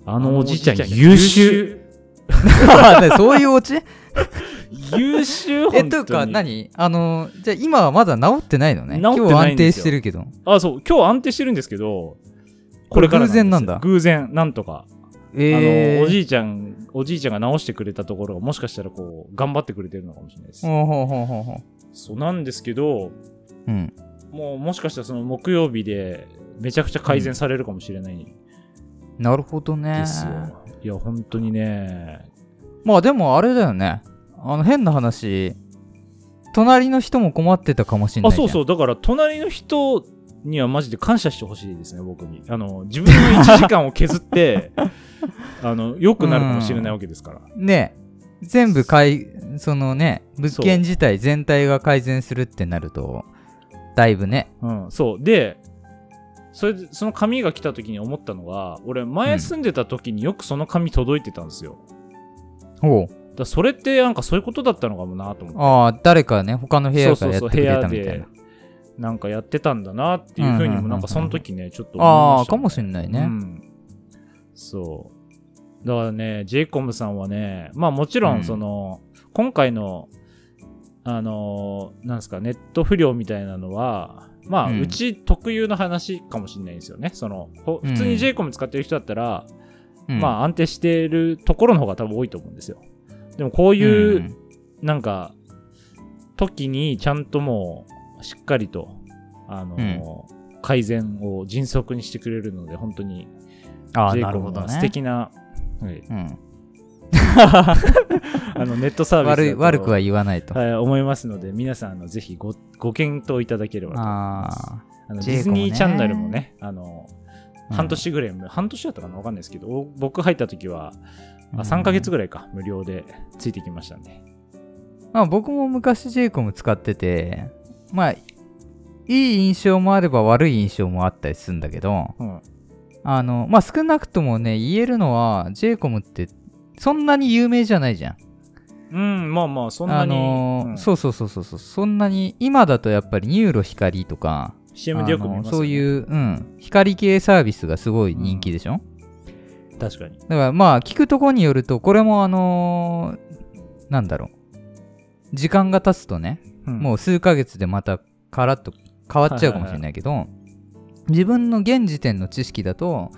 あのおじいちゃん
あのおじい
優秀
あ ねそういうオ チ
優秀本当
え、
に
というか、何あの、じゃあ今はまだ治ってないのね。
治ってないんです
今日安定
よ
してるけど。
あそう今日安定してるんですけどこれからです
偶然なんだ
偶然なんとか、
ええ
あのお
い
じいちゃんおじいちゃんが直してくれたところがもしかしたらこう頑張ってくれてるのかもしれないです
ほうほうほうほうほ
そうなんですけど、
う。うん。
もうもしかしたらその木曜日でめちゃくちゃ改善されるかもしれない
なるほどね。
ですよ。いや、本当にね。
まあでもあれだよね。あの変な話、隣の人も困ってたかもしれない
あ、
じゃ
そ
ん。
うそう、だから隣の人にはマジで感謝してほしいですね、僕に。あの、自分の1時間を 削って、あの、良くなるかもしれないわけですから。
ねえ全部改そのね物件自体全体が改善するってなるとだいぶね
うん、そう。で、それでその紙が来た時に思ったのが俺前住んでた時によくその紙届いてたんですよ、
ほう
だからそれってなんかそういうことだったのかもなと思って
ああ誰かね他の部屋か
そう
らや
そ
っ
う
て
そう
くれたみた
部
い
屋
な
でなんかやってたんだなっていうふう
う
に
んうんうんう
も
ん
なんかその時ねちょっと
あ
思いま
あ
した
か
ね
もしれないね、
うんそうだからね j コムさんはねまあもちろ
うん
んその、今回のあのーなんですかネット不良みたいなのはまあ、
う
うんち特有の話かもしれないんですよねそのほ普通
うん
に j コム使ってる人だったら、
うん
まあ安定してるところの方が多分多いと思うんですよでもこういう、
ん
なんか、時にちゃんともう、しっかりと、あのー改善を迅速にしてくれるので、本当に、
ああ
j イ
な
コ
る
ム
ほど
は
ね
素敵な、はい
うん、
あのネットサービスだと
悪い悪くは言わないと、
はい思いますので、皆さん、あのぜひごご検討いただければと思います。
ああ
あの
j
ディズニ
コムね
ーチャンネルもね、あの
うん
半年ぐらい、半年だったかな、わかんないですけど、お僕入った時は、あ3ヶ月ぐらいか、無料でついてきましたんで。
まあ僕も昔 j イコム使っててまあいい印象もあれば悪い印象もあったりするんだけど、
うん、
あの、まあ、少なくともね、言えるのは、ジェイコムって、そんなに有名じゃないじゃん。
うん、まあまあ、そんな
あ
に、
のー
うん
そうそうそうそうそう、そんなに、今だとやっぱりニューロ光とか、
CM でよく見
あ
ま
の
すよね
そういう、うん、光系サービスがすごい人気でしょ、
確かに。
だからまあ、聞くところによると、これもあのーなんだろう、時間が経つとね、もう数ヶ月でまたカラッと変わっちゃうかもしれないけど、自分の現時点の知識だと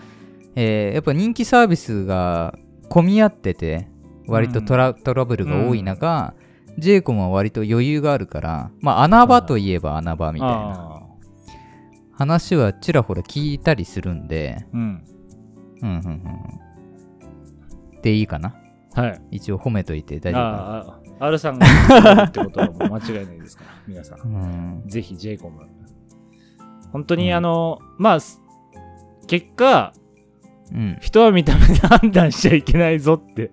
えーやっぱ人気サービスが混み合ってて割とトラ,、トラブルが多い中、ジェイコムは割と余裕があるから、まあ、穴場といえば穴場みたいな
あ
話はちらほら聞いたりするんで、
ーうん。
うんうんうんうん。でいいかな
はい。
一応褒めといて大丈夫か
あーあ、R さんが言ってるってことはもう間違いないですから、皆さん。
なうん。
ぜひ j イコム本当に、
うん
あの、まあ、す結果、
うん。
人は見た目で判断しちゃいけないぞって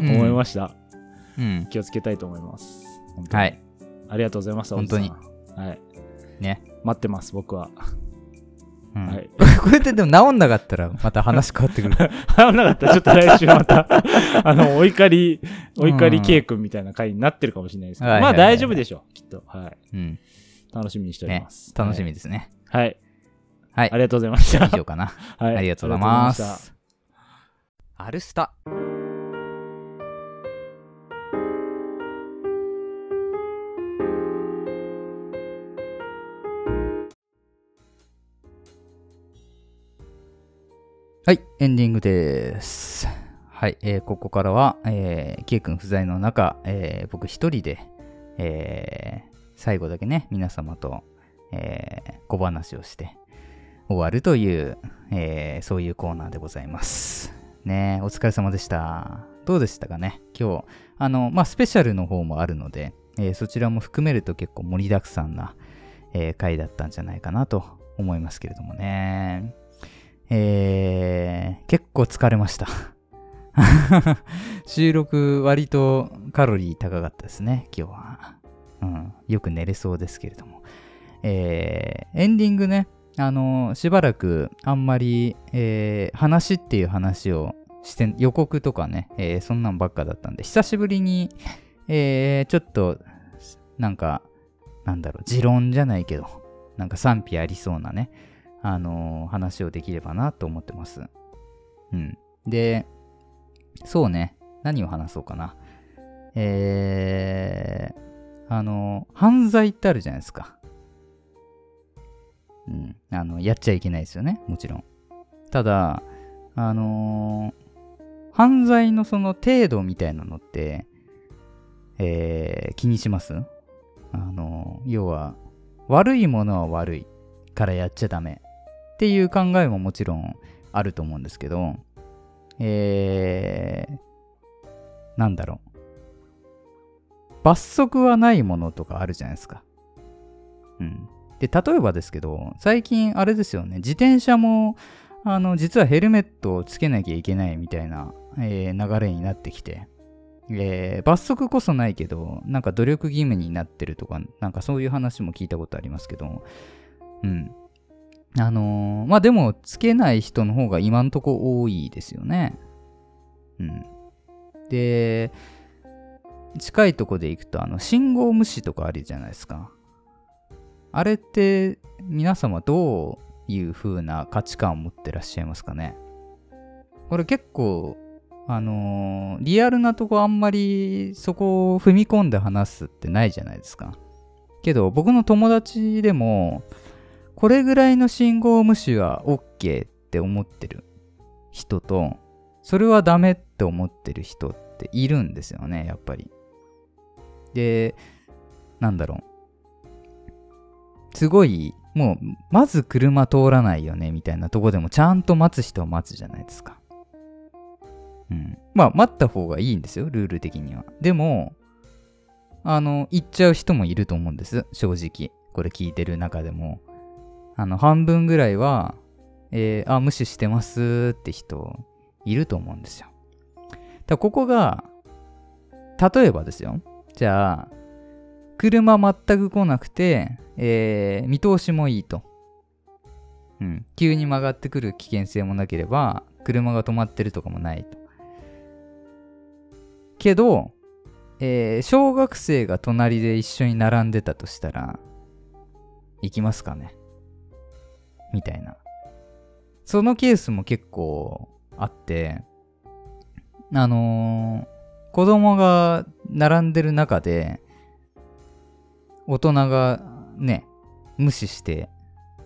思いました。
うん。
気をつけたいと思います。本当に
はい。
ありがとうございます。
本当に
青木さん。はい。
ね。
待ってます、僕は。
うん
はい。
これってでも治んなかったらまた話変わってく る。
払わなかったら、ちょっと来週また、 あの、お怒り、お怒りケイ君みたいな回になってるかもしれないですけど、
はい
ま
はいは
あ
いはい
大丈夫でしょう、きっと。は
う
い。
ん。
楽しみにしており
ね
ま。す。
楽しみですね。
はい。はい。
はい
あ。りがとうございました。
以上かな。
はい。
ありがとうございま
ありがとうございした
す。アルスタ。はい、エンディングです。はい、えーここからは、えー、ケイ君不在の中、えー僕一人で、えー最後だけね、皆様と、えー小話をして終わるという、えーそういうコーナーでございます。ねえお疲れ様でした。どうでしたかね今日、あの、まあ、スペシャルの方もあるので、えーそちらも含めると結構盛りだくさんな、えー回だったんじゃないかなと思いますけれどもね。えー結構疲れました。 収録割とカロリー高かったですね、今日は。うん、よく寝れそうですけれども。えーエンディングね、あのしばらくあんまり、えー話っていう話をして予告とかね、えーそんなんばっかだったんで久しぶりに、えーちょっとなんかなんだろう持論じゃないけどなんか賛否ありそうなねあのー話をできればなと思ってますうんでそうね何を話そうかなえー、あの犯罪ってあるじゃないですかうん、あのやっちゃいけないですよねもちろんただあのー犯罪のその程度みたいなのって、えー気にしますあのー要は悪いものは悪いからやっちゃダメっていう考えももちろんあると思うんですけどえー、なんだろう罰則はないものとかあるじゃないですかうんで例えばですけど最近あれですよね自転車もあの実はヘルメットをつけなきゃいけないみたいな、えー流れになってきて、えー罰則こそないけどなんか努力義務になってるとかなんかそういう話も聞いたことありますけどうんあのーまあでもつけない人の方が今んとこ多いですよねうんで近いとこで行くとあの信号無視とかあるじゃないですかあれって皆様どういう風な価値観を持ってらっしゃいますかねこれ結構あのーリアルなとこあんまりそこを踏み込んで話すってないじゃないですか。けど僕の友達でもこれぐらいの信号無視は OK って思ってる人とそれはダメって思ってる人っているんですよねやっぱり。でなんだろうすごい、もう、まず車通らないよね、みたいなとこでも、ちゃんと待つ人は待つじゃないですか。うん。まあ、待った方がいいんですよ、ルール的には。でも、あの、行っちゃう人もいると思うんです、正直。これ聞いてる中でも。あの、半分ぐらいは、えーあ、無視してますって人、いると思うんですよ。だからここが、例えばですよ。じゃあ、車全く来なくて、えー見通しもいいと、うん、急に曲がってくる危険性もなければ車が止まってるとかもないとけど、えー小学生が隣で一緒に並んでたとしたら行きますかねみたいなそのケースも結構あってあのー子供が並んでる中で大人がね無視して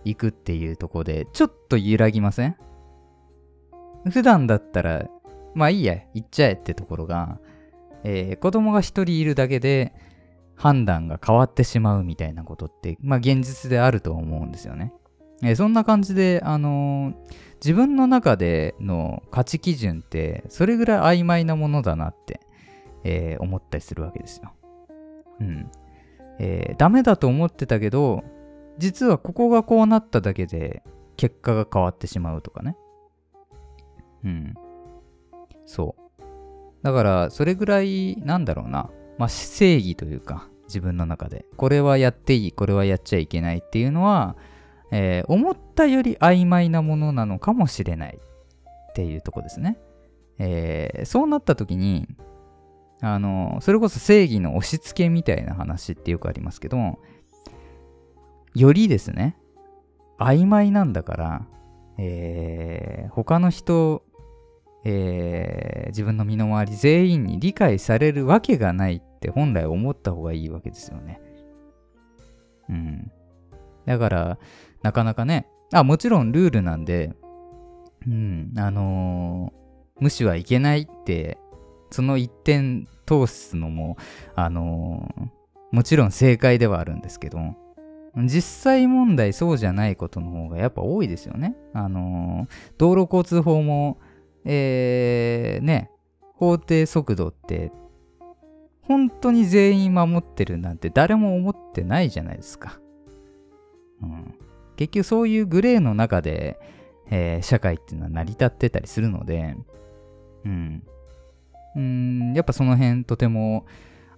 いくっていうところでちょっと揺らぎません普段だったら、まあいいや、行っちゃえってところが、えー子供が一人いるだけで判断が変わってしまうみたいなことって、まあ現実であると思うんですよね。えーそんな感じで、あのー自分の中での価値基準って、それぐらい曖昧なものだなって、えー思ったりするわけですよ。うん。えーダメだと思ってたけど、実はここがこうなっただけで、結果が変わってしまうとかね。うん。そう。だから、それぐらい、なんだろうな。まあ、正義というか、自分の中で。これはやっていい、これはやっちゃいけないっていうのは、えー思ったより曖昧なものなのかもしれないっていうとこですね。えーそうなった時に、あの、それこそ正義の押し付けみたいな話ってよくありますけど、よりですね、曖昧なんだから、えー他の人、えー自分の身の回り全員に理解されるわけがないって本来思った方がいいわけですよね。うん。だから、なかなかね、あ、もちろんルールなんで、うん、あのー無視はいけないって、その一点通すのも、あのーもちろん正解ではあるんですけど、実際問題そうじゃないことの方がやっぱ多いですよね。あのー道路交通法も、えー、ね、法定速度って、本当に全員守ってるなんて誰も思ってないじゃないですか。うん、結局そういうグレーの中で、えー社会っていうのは成り立ってたりするので、うん。うん、やっぱその辺とても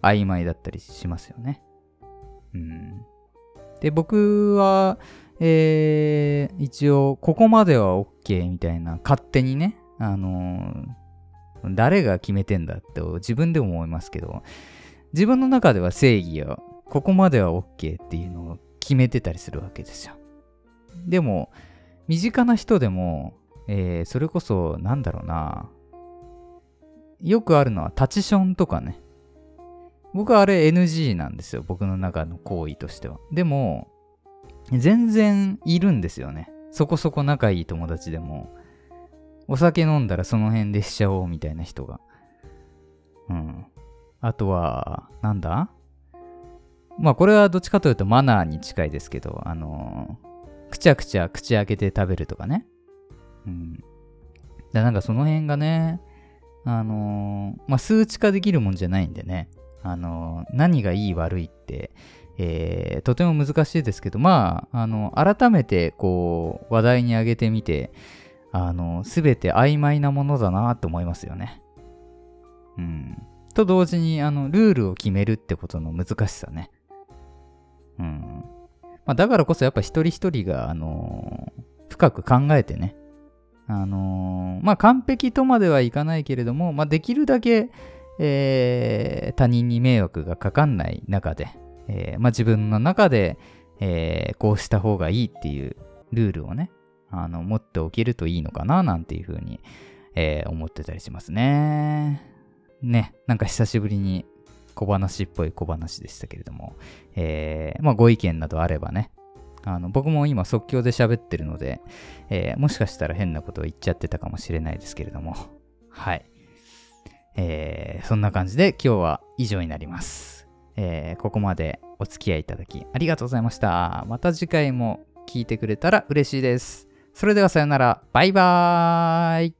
曖昧だったりしますよね。うん。で、僕は、えー一応、ここまでは OK みたいな、勝手にね、あのー誰が決めてんだって自分でも思いますけど、自分の中では正義は、ここまでは OK っていうのを決めてたりするわけですよ。でも、身近な人でも、えーそれこそ、なんだろうな、よくあるのは、タチションとかね。僕はあれ NG なんですよ。僕の中の行為としては。でも、全然いるんですよね。そこそこ仲いい友達でも、お酒飲んだらその辺でしちゃおうみたいな人が。うん。あとは、なんだまあこれはどっちかというとマナーに近いですけど、あのーくちゃくちゃ口開けて食べるとかね。うん。だなんかその辺がね、あのーまあ数値化できるもんじゃないんでね。あの、何がいい悪いって、えーとても難しいですけど、まあ、あの、改めて、こう、話題に上げてみて、あの、すべて曖昧なものだなと思いますよね。うん。と同時に、あの、ルールを決めるってことの難しさね。うん。まあ、だからこそ、やっぱ一人一人が、あの深く考えてね、あのまあ、完璧とまではいかないけれども、まあ、できるだけ、えー他人に迷惑がかかんない中で、えーまあ、自分の中で、えーこうした方がいいっていうルールをねあの持っておけるといいのかななんていうふうに、えー思ってたりしますね。ねなんか久しぶりに小話っぽい小話でしたけれども、えーまあ、ご意見などあればねあの僕も今即興で喋ってるので、えーもしかしたら変なことを言っちゃってたかもしれないですけれども はいえーそんな感じで今日は以上になります、えーここまでお付き合いいただきありがとうございました。また次回も聞いてくれたら嬉しいです。それではさよなら。バイバーイ。